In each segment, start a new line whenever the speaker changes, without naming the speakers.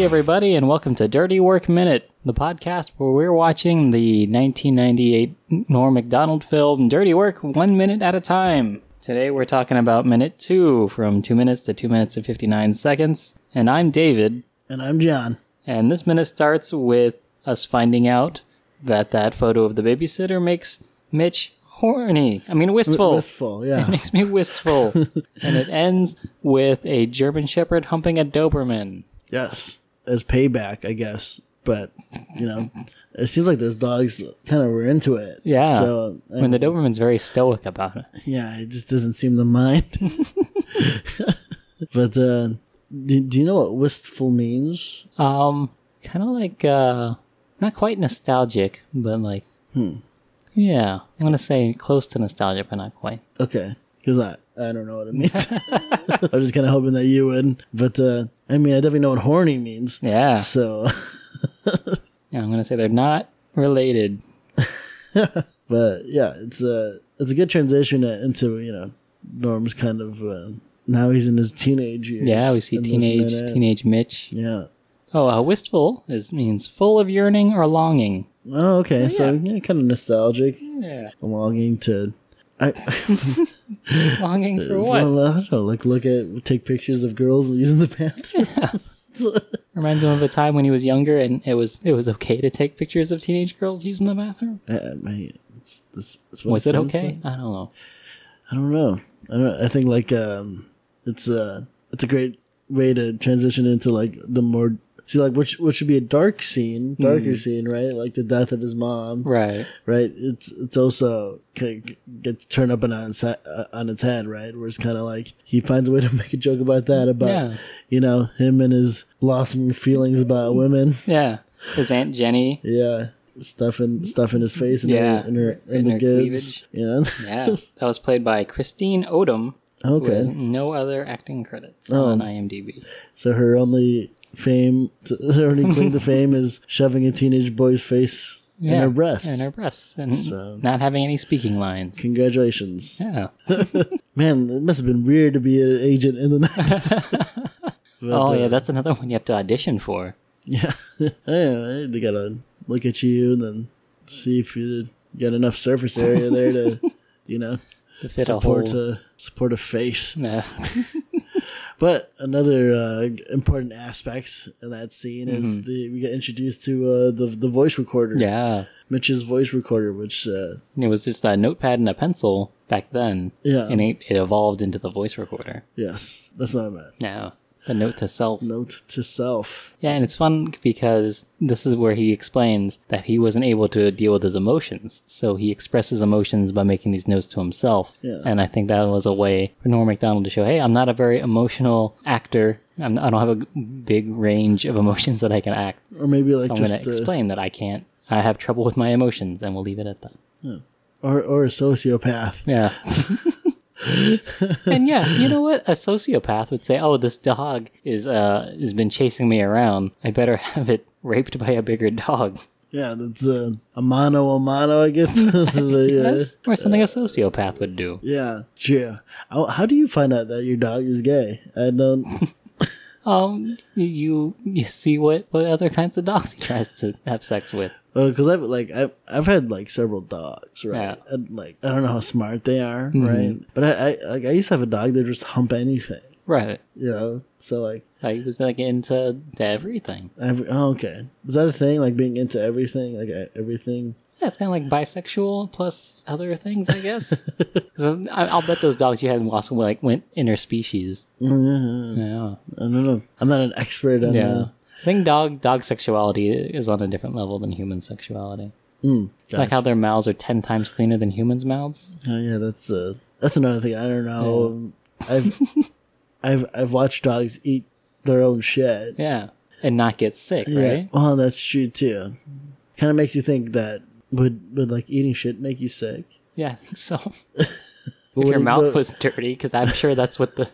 everybody, and welcome to Dirty Work Minute, the podcast where we're watching the 1998 Norm MacDonald film Dirty Work one minute at a time. Today we're talking about minute two, from two minutes to two minutes and 59 seconds. And I'm David,
And I'm John.
and this minute starts with us finding out that that photo of the babysitter makes Mitch horny. I mean, wistful.
Wistful, yeah.
makes me wistful. and it ends with a German Shepherd humping a Doberman.
yes. As payback, I guess. But, you know, it seems like those dogs kind of were into it.
Yeah.
So, I
I mean, the Doberman's very stoic about it.
yeah, it just doesn't seem to mind. but, uh, do, do you know what wistful means?
Um, kind of like, uh, not quite nostalgic, but like, yeah, I'm gonna say close to nostalgic, but not quite.
Okay. Because I, I don't know what it means. I was just kind of hoping that you would. But, uh, I mean, I definitely know what horny means.
Yeah,
So,
yeah I'm gonna say they're not related.
but yeah, it's a it's a good transition into you know Norm's kind of uh, now he's in his teenage years.
Yeah, we see
in this
teenage
minute.
teenage Mitch.
Yeah.
Oh, uh, wistful is means full of yearning or longing.
Oh, okay. So
Yeah.
yeah, kind of nostalgic,
Yeah,
longing to. I,
longing for
I
what?
don't know, like look at take pictures of girls using the bathroom.
Reminds him of a time when he was younger and it was it was okay to take pictures of teenage girls using the bathroom.
I, I mean, Uh, it's, it's, it's what
Was it
sounds
okay?
like.
I don't know.
I don't know. I don't. I think like um, it's a it's a great way to transition into like the more see like which which should be a dark scene, darker scene, right? Like the death of his mom, right?
Hmm. Right.
It's it's also kind of gets turned up and on its, uh, on its head, right? Where it's kind of like he finds a way to make a joke about that, about
Yeah.
you know him and his blossoming feelings about women,
Yeah. His aunt Jenny.
yeah. Stuff in stuff in his face and
Yeah.
her and her and
In
the
her
kids, yeah.
Yeah, that was played by Christine Odom, who has
Okay,
no other acting credits
Oh.
on IMDb.
So her only fame, her only claim to fame is shoving a teenage boy's face in
Yeah,
her breast.
and her breasts, and
So-
not having any speaking lines.
Congratulations.
Yeah,
Man, it must have been weird to be an agent in the night.
oh yeah, that's another one you have to audition for.
yeah. anyway, they gotta look at you and then see if you got enough surface area there to, you know,
To fit
support uh,
a whole.
a, support a face.
No.
But another uh, important aspect in that scene is the, we get introduced to uh, the the voice recorder,
Mm-hmm. yeah,
Mitch's voice recorder, which uh,
And it was just a notepad and a pencil back then,
Yeah.
and it, it evolved into the voice recorder.
Yes, that's what I meant.
Now the note to self.
Note to self.
Yeah, and it's fun because this is where he explains that he wasn't able to deal with his emotions. So he expresses emotions by making these notes to himself.
Yeah.
And I think that was a way for Norm MacDonald to show, hey, I'm not a very emotional actor. I'm, I don't have a g- big range of emotions that I can act.
Or maybe like
I'm going
just
to
uh,
explain that I can't. I have trouble with my emotions, and we'll leave it at that.
or or a sociopath.
Yeah. and yeah, you know what? A sociopath would say, "Oh, this dog is uh has been chasing me around. I better have it raped by a bigger dog."
Yeah, that's uh, a mano a mano, I guess. The, uh,
Yes, or something a sociopath would do.
Yeah, true. How, how do you find out that your dog is gay? I don't.
Um, you you see what what other kinds of dogs he tries to have sex with.
Because uh, I've like I've I've had like several dogs, right?
Yeah. Mm-hmm.
And like I don't know how smart they are, right? But I I, like, I used to have a dog that just hump anything,
Right.
you know. So like
Uh, he was like into to everything.
every, oh, okay, is that a thing? Like being into everything, like e- everything.
Yeah, it's kind of like bisexual plus other things, I guess. 'Cause I, I'll bet those dogs you had lost like went interspecies. Yeah.
Oh, I don't know. I'm not an expert on
Yeah.
uh,
I think dog dog sexuality is on a different level than human sexuality.
hmm.
Like how their mouths are ten times cleaner than humans' mouths.
Oh yeah, that's uh that's another thing. I don't know. I've I've I've watched dogs eat their own shit.
Yeah. And not get sick, right?
Well, that's true too. Kind of makes you think that would would like eating shit make you sick?
Yeah, I think so.
But
if
what
your
do-
mouth
but-
was dirty, because I'm sure that's what the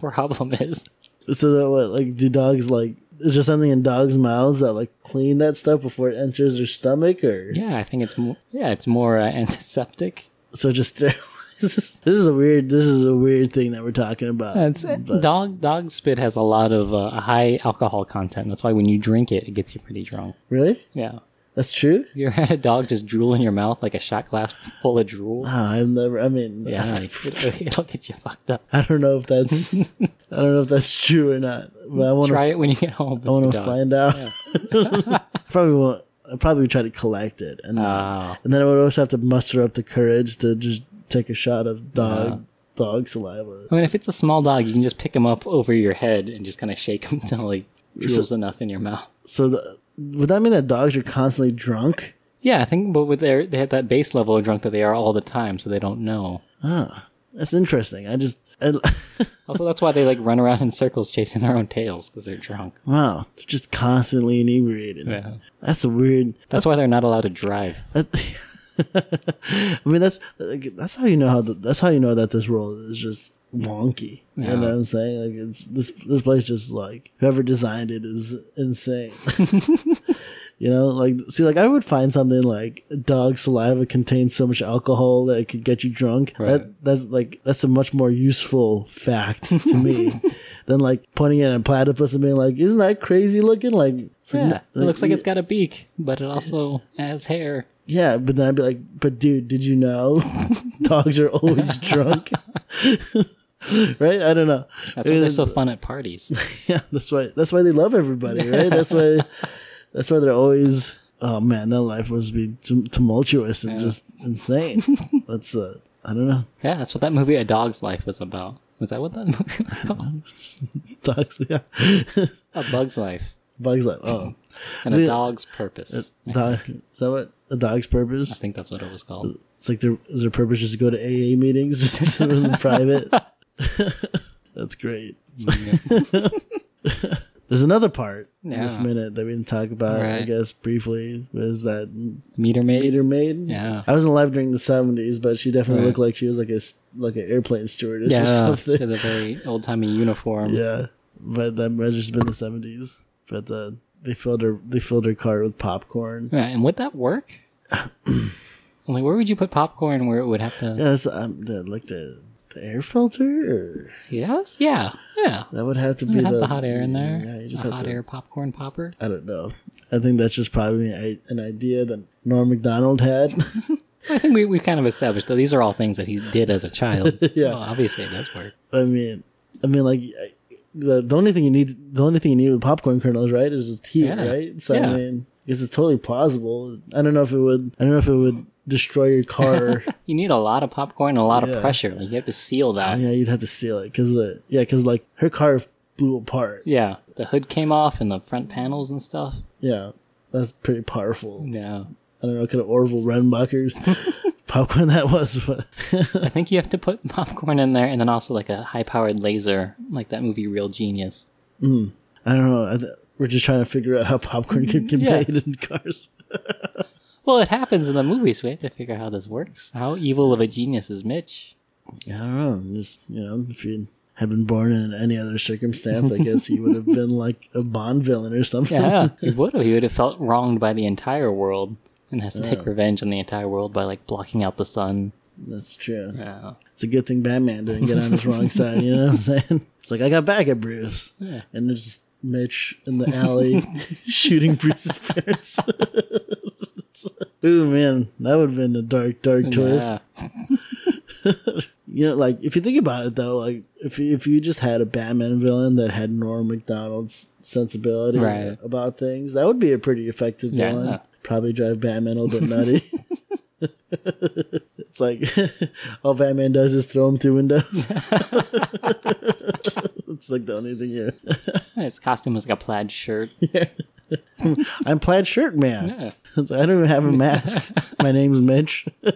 problem is.
so that what like do dogs like is there something in dogs' mouths that like clean that stuff before it enters their stomach or
Yeah, I think it's more. Yeah, it's more uh, antiseptic.
so just sterilize this is this is a weird this is a weird thing that we're talking about.
That's
But-
dog dog spit has a lot of uh, high alcohol content. That's why when you drink it, it gets you pretty drunk.
Really?
Yeah.
That's true?
You ever had a dog just drool in your mouth like a shot glass full of drool?
Ah, I've never I mean
Yeah, like, it'll, it'll get you fucked up.
I don't know if that's I don't know if that's true or not. But I wanna
Try it when you get home.
I wanna find out. probably won't I probably would try to collect it and not-
Uh,
and then I would always have to muster up the courage to just take a shot of dog dog saliva.
I mean, if it's a small dog, you can just pick him up over your head and just kind of shake him until he drools enough in your mouth.
So the, would that mean that dogs are constantly drunk?
Yeah, I think, but with their they have that base level of drunk that they are all the time, so they don't know.
Ah, that's interesting. I just I,
Also, that's why they like run around in circles chasing their own tails because they're drunk.
wow, they're just constantly inebriated.
Yeah.
That's a weird.
That's why they're not allowed to drive.
That, I mean, that's that's how you know how the, that's how you know that this world is just wonky.
Yeah.
You know what I'm saying? Like it's this this place just like whoever designed it is insane. you know, like see, like I would find something like dog saliva contains so much alcohol that it could get you drunk. That
Right.
that's like that's a much more useful fact to me. Than like pointing at a platypus and being like, "Isn't that crazy looking?" Like, it's
Yeah, it looks like
yeah.
it's got a beak, but it also has hair.
Yeah, but then I'd be like, but dude, did you know dogs are always drunk? right? I don't know.
That's why they're
Maybe
so fun at parties.
yeah, that's why that's why they love everybody, right? That's why that's why they're always oh man, that life must be tum- tumultuous and just insane. that's uh I don't know.
Yeah, that's what that movie A Dog's Life was about. Was that what that movie was called?
Dogs yeah.
A Bug's Life
Bugs like oh
and a
The- Uh,
dog's purpose.
dog is that what a dog's purpose?
I think that's what it was called.
It's like their is their purpose just to go to AA meetings just in private. That's great. There's another part in this
Yeah.
minute that we didn't talk about, I
Right.
guess, briefly, was that
Meter maid.
Peter Maid.
Yeah.
I wasn't alive during the 70s, but she definitely
Right.
looked like she was like a s- like an airplane stewardess
yeah,
or something.
to the very old timey uniform.
Yeah, but that must just been the 70s. But uh, they filled her they filled her car with popcorn.
Yeah, and would that work? like, where would you put popcorn where it would have to?
Yeah, that's um, the, like the the air filter. Or
Yes, yeah, yeah.
that would have to be
You have
the,
the hot air in there.
Yeah, you just
a
have
hot
to.
air popcorn popper.
I don't know. I think that's just probably a- an idea that Norm Macdonald had.
I think we we kind of established that these are all things that he did as a child.
Yeah.
So obviously it does work.
I mean, I mean, like I- the the only thing you need, the only thing you need with popcorn kernels, right, is just heat,
Yeah.
right? So
Yeah.
I mean, it's totally plausible. I don't know if it would. I don't know if it would destroy your car.
You need a lot of popcorn, and a lot
Yeah.
of pressure. Like you have to seal that. Yeah.
yeah, you'd have to seal it because yeah, because like her car blew apart.
the hood came off and the front panels and stuff.
Yeah, that's pretty powerful.
No,
I don't know, kind of Orville Redenbacher popcorn that was, but
I think you have to put popcorn in there, and then also like a high-powered laser, like that movie Real Genius.
I don't know. I th- we're just trying to figure out how popcorn can get
Mm-hmm. Yeah.
made in cars.
Well, it happens in the movies. We have to figure out how this works. How evil of a genius is Mitch?
Yeah, I don't know. Just you know, if he had been born in any other circumstance, I guess he would have been like a Bond villain or something.
Yeah, he would have. He would have felt wronged by the entire world and has to take revenge on the entire world by like blocking out the sun.
That's true.
Yeah.
It's a good thing Batman didn't get on his wrong side. You know what I'm saying? It's like I got back at Bruce,
Yeah.
and there's just Mitch in the alley shooting Bruce's parents. Ooh man, that would have been a dark, dark twist.
Yeah.
You know, like if you think about it though, like if you, if you just had a Batman villain that had Norm Macdonald's sensibility
Right.
about things, that would be a pretty effective
Yeah.
villain. Probably drive Batman a little bit nutty. it's like all Batman does is throw him through windows. it's like the only thing here.
His costume was like a plaid shirt.
I'm plaid shirt man.
Yeah.
It's like, I don't even have a mask. My name's Mitch. and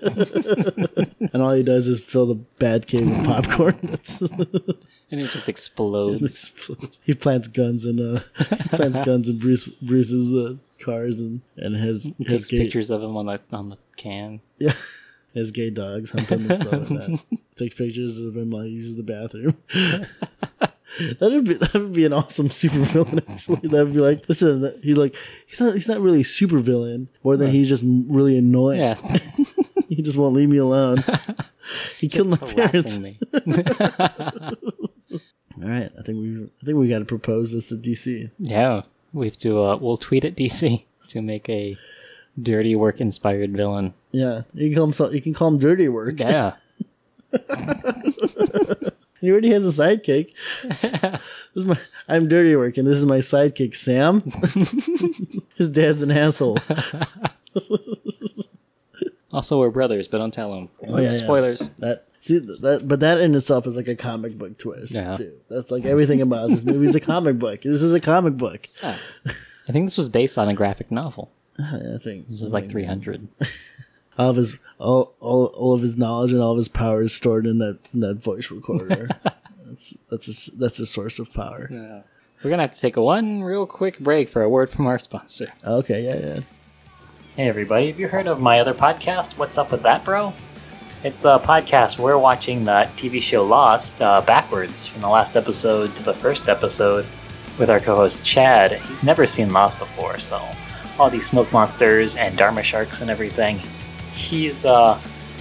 all he does is fill the bad cave with popcorn. That's
And it just explodes.
explodes. He plants guns in uh, he plants guns in Bruce Bruce's uh, cars and and his
He
his
takes
gay
pictures of him on the on the can.
yeah his gay dogs hunt him and stuff like that. Takes pictures of him while he uses the bathroom. That'd be that would be an awesome super villain. Actually, that'd be like listen. He like he's not he's not really a super villain more than he's just really annoying.
Yeah.
He just won't leave me alone. He killed my parents.
harassing me.
All right, I think we I think we got to propose this to DC.
Yeah, we have to. Uh, we'll tweet at DC to make a dirty work inspired villain.
Yeah, you can call him so, you can call him Dirty Work.
Yeah,
He already has a sidekick. this is my I'm Dirty Work, and this is my sidekick Sam. His dad's an asshole.
Also, we're brothers, but don't tell him.
Oh, yeah, yeah.
Spoilers.
That see th- that, but that in itself is like a comic book twist
Yeah.
too. That's like everything about this movie is a comic book. This is a comic book.
Ah. I think this was based on a graphic novel.
I think
This is like 300.
all of his all, all all of his knowledge and all of his power is stored in that in that voice recorder. that's that's a, s- that's a source of power.
We're gonna have to take a one real quick break for a word from our sponsor.
Okay, yeah, yeah.
Hey, everybody, have you heard of my other podcast? What's up with that, bro? It's a podcast we're watching the TV show Lost uh, backwards from the last episode to the first episode with our co host Chad. He's never seen Lost before, so all these smoke monsters and Dharma sharks and everything. He's uh,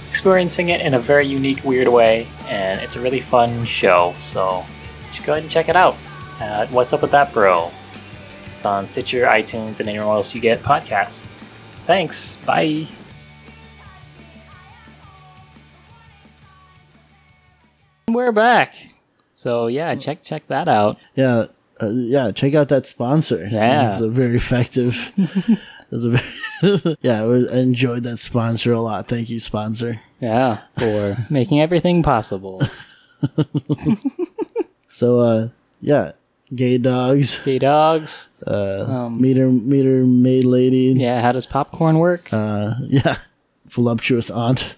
experiencing it in a very unique, weird way, and it's a really fun show, so you should go ahead and check it out at What's Up With That, Bro. It's on Stitcher, iTunes, and anywhere else you get podcasts. Thanks. Bye. We're back. So yeah,
Hmm.
check check that out.
Yeah, uh, yeah. Check out that sponsor.
Yeah.
it's a very effective. it's a very yeah. It was, I enjoyed that sponsor a lot. Thank you, sponsor.
Yeah, for making everything possible.
So, uh, yeah, gay dogs,
Gay dogs.
uh,
Um,
meter meter maid lady.
Yeah, how does popcorn work?
uh, yeah, voluptuous aunt.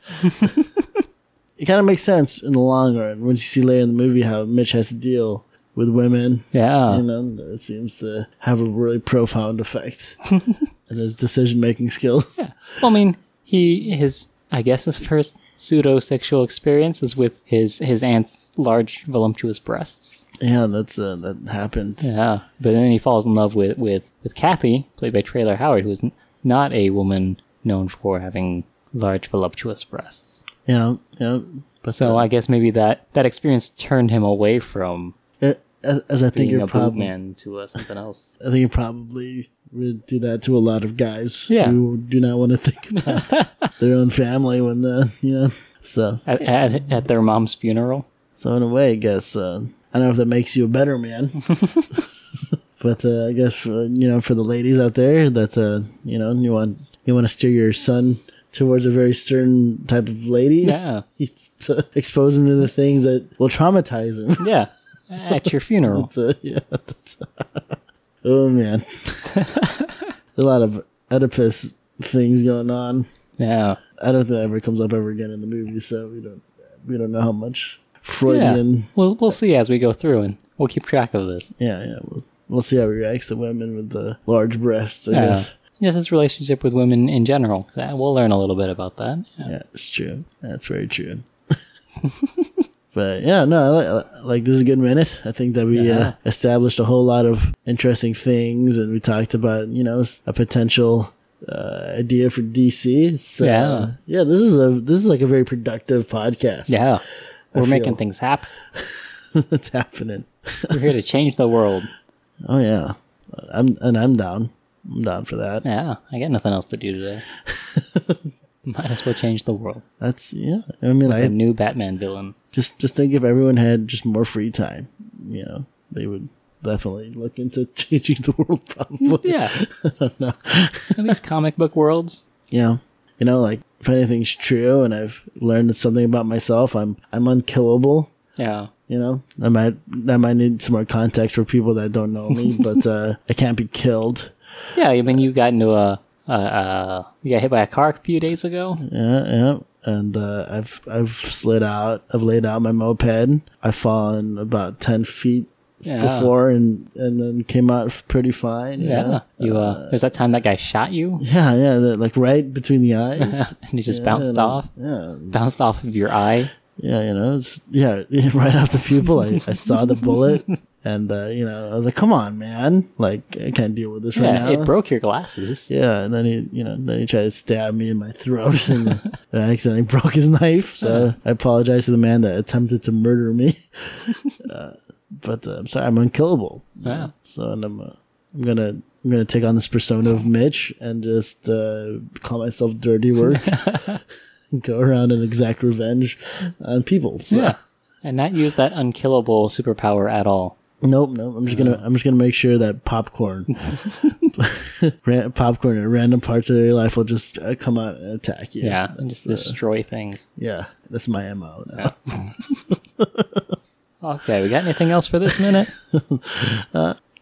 it kind of makes sense in the long run once you see later in the movie how Mitch has to deal with women. You
Yeah,
know, it seems to have a really profound effect in his decision making skills.
yeah. Well, I mean, he his I guess his first pseudo sexual experience is with his his aunt's large voluptuous breasts.
yeah, that's uh, that happened.
Yeah, but then he falls in love with with with Kathy, played by Traylor Howard, who is n- not a woman known for having large voluptuous breasts.
Yeah, yeah. But uh,
So I guess maybe that that experience turned him away from
it, as, as I think
being
you're
a boob
probably,
man to uh, something else.
I think you probably would do that to a lot of guys
Yeah.
who do not want to think about their own family when the you know. So
At, at, at their mom's funeral.
So in a way, I guess uh, I don't know if that makes you a better man, but uh, I guess for, you know for the ladies out there that uh, you know you want you want to steer your son towards a very certain type of lady.
Yeah,
It's to expose him to the things that will traumatize him.
yeah. At your funeral.
So, yeah, that's- oh man, a lot of Oedipus things going on.
Yeah,
I don't think that ever comes up ever again in the movie, so we don't we don't know how much
yeah.
Freudian.
We'll we'll see as we go through, and we'll keep track of this.
Yeah, yeah. We'll, we'll see how he reacts to women with the large breasts. I
Yeah.
guess.
Uh, Just his relationship with women in general. 'cause that- We'll learn a little bit about that. Yeah.
Yeah, it's true. That's very true. but yeah, no, I li- I like this is a good minute. I think that we uh,
Yeah.
established a whole lot of interesting things, and we talked about you know s- a potential uh, idea for DC. So,
Yeah.
yeah. This is a this is like a very productive podcast.
Yeah. We're making
feel-
things happen.
it's happening.
We're here to change the world.
Oh yeah, I'm and I'm down. I'm down for that.
Yeah, I got nothing else to do today. Might as well change the world.
That's yeah. I mean, I
The new Batman villain.
just just think if everyone had just more free time, you know, they would definitely look into changing the world probably.
Yeah. In these comic book worlds.
You know, you know, like if anything's true and I've learned something about myself, I'm I'm unkillable.
Yeah.
You know, I might I might need some more context for people that don't know me, but uh, I can't be killed.
Yeah, I mean, you got into a. Uh, uh, you got hit by a car a few days ago.
Yeah, yeah. And uh, I've I've slid out. I've laid out my moped. I've fallen about ten feet
Yeah.
before, and and then came out pretty fine. you
Yeah.
know?
You, uh, there's that time that guy shot you
Yeah, yeah, that, like right between the eyes.
and he just
Yeah,
bounced
and,
off.
Yeah,
Bounced off of your eye.
yeah, you know, it's, yeah, right off the pupil. I, I saw the bullet. And uh, you know, I was like, "Come on, man! Like, I can't deal with this right
Yeah,
now."
it broke your glasses.
Yeah, and then he, you know, then he tried to stab me in my throat, and I accidentally broke his knife. So I apologize to the man that attempted to murder me. uh, but uh, I'm sorry, I'm unkillable.
Wow.
So and I'm, uh, I'm gonna, I'm gonna take on this persona of Mitch and just uh, call myself Dirty Work. Go around and exact revenge on people. So.
Yeah. And not use that unkillable superpower at all.
Nope, nope. I'm just
Uh.
gonna I'm just gonna make sure that popcorn, ran, popcorn at random parts of your life will just uh, come out and attack you.
Yeah. and just
uh,
destroy things.
yeah. That's my mo. Now.
Okay, we got anything else for this minute?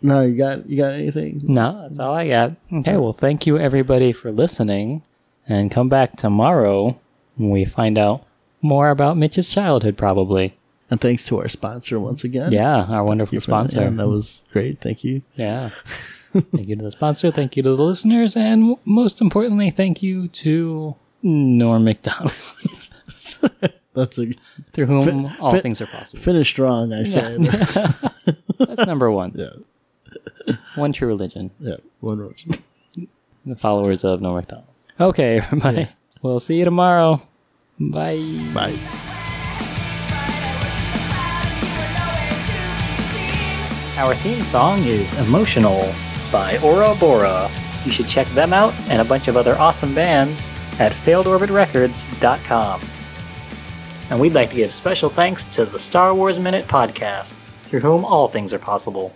No, you got you got anything?
No, that's all I got. Okay, well, thank you everybody for listening, and come back tomorrow when we find out more about Mitch's childhood, probably.
And thanks to our sponsor once again.
Yeah, our wonderful
Thank you for that.
sponsor.
Yeah, that was great. Thank you.
Yeah. thank you to the sponsor. Thank you to the listeners. And most importantly, thank you to Norm MacDonald,
That's a
through whom all
fit-
things are possible.
finish strong. I said. Yeah.
That's number one.
yeah.
One true religion.
One rose.
The followers of Norm MacDonald. Okay, everybody. We'll see you tomorrow. Bye.
Bye.
Our theme song is Emotional by Ora Bora. You should check them out and a bunch of other awesome bands at failedorbitrecords.com. And we'd like to give special thanks to the Star Wars Minute podcast, through whom all things are possible.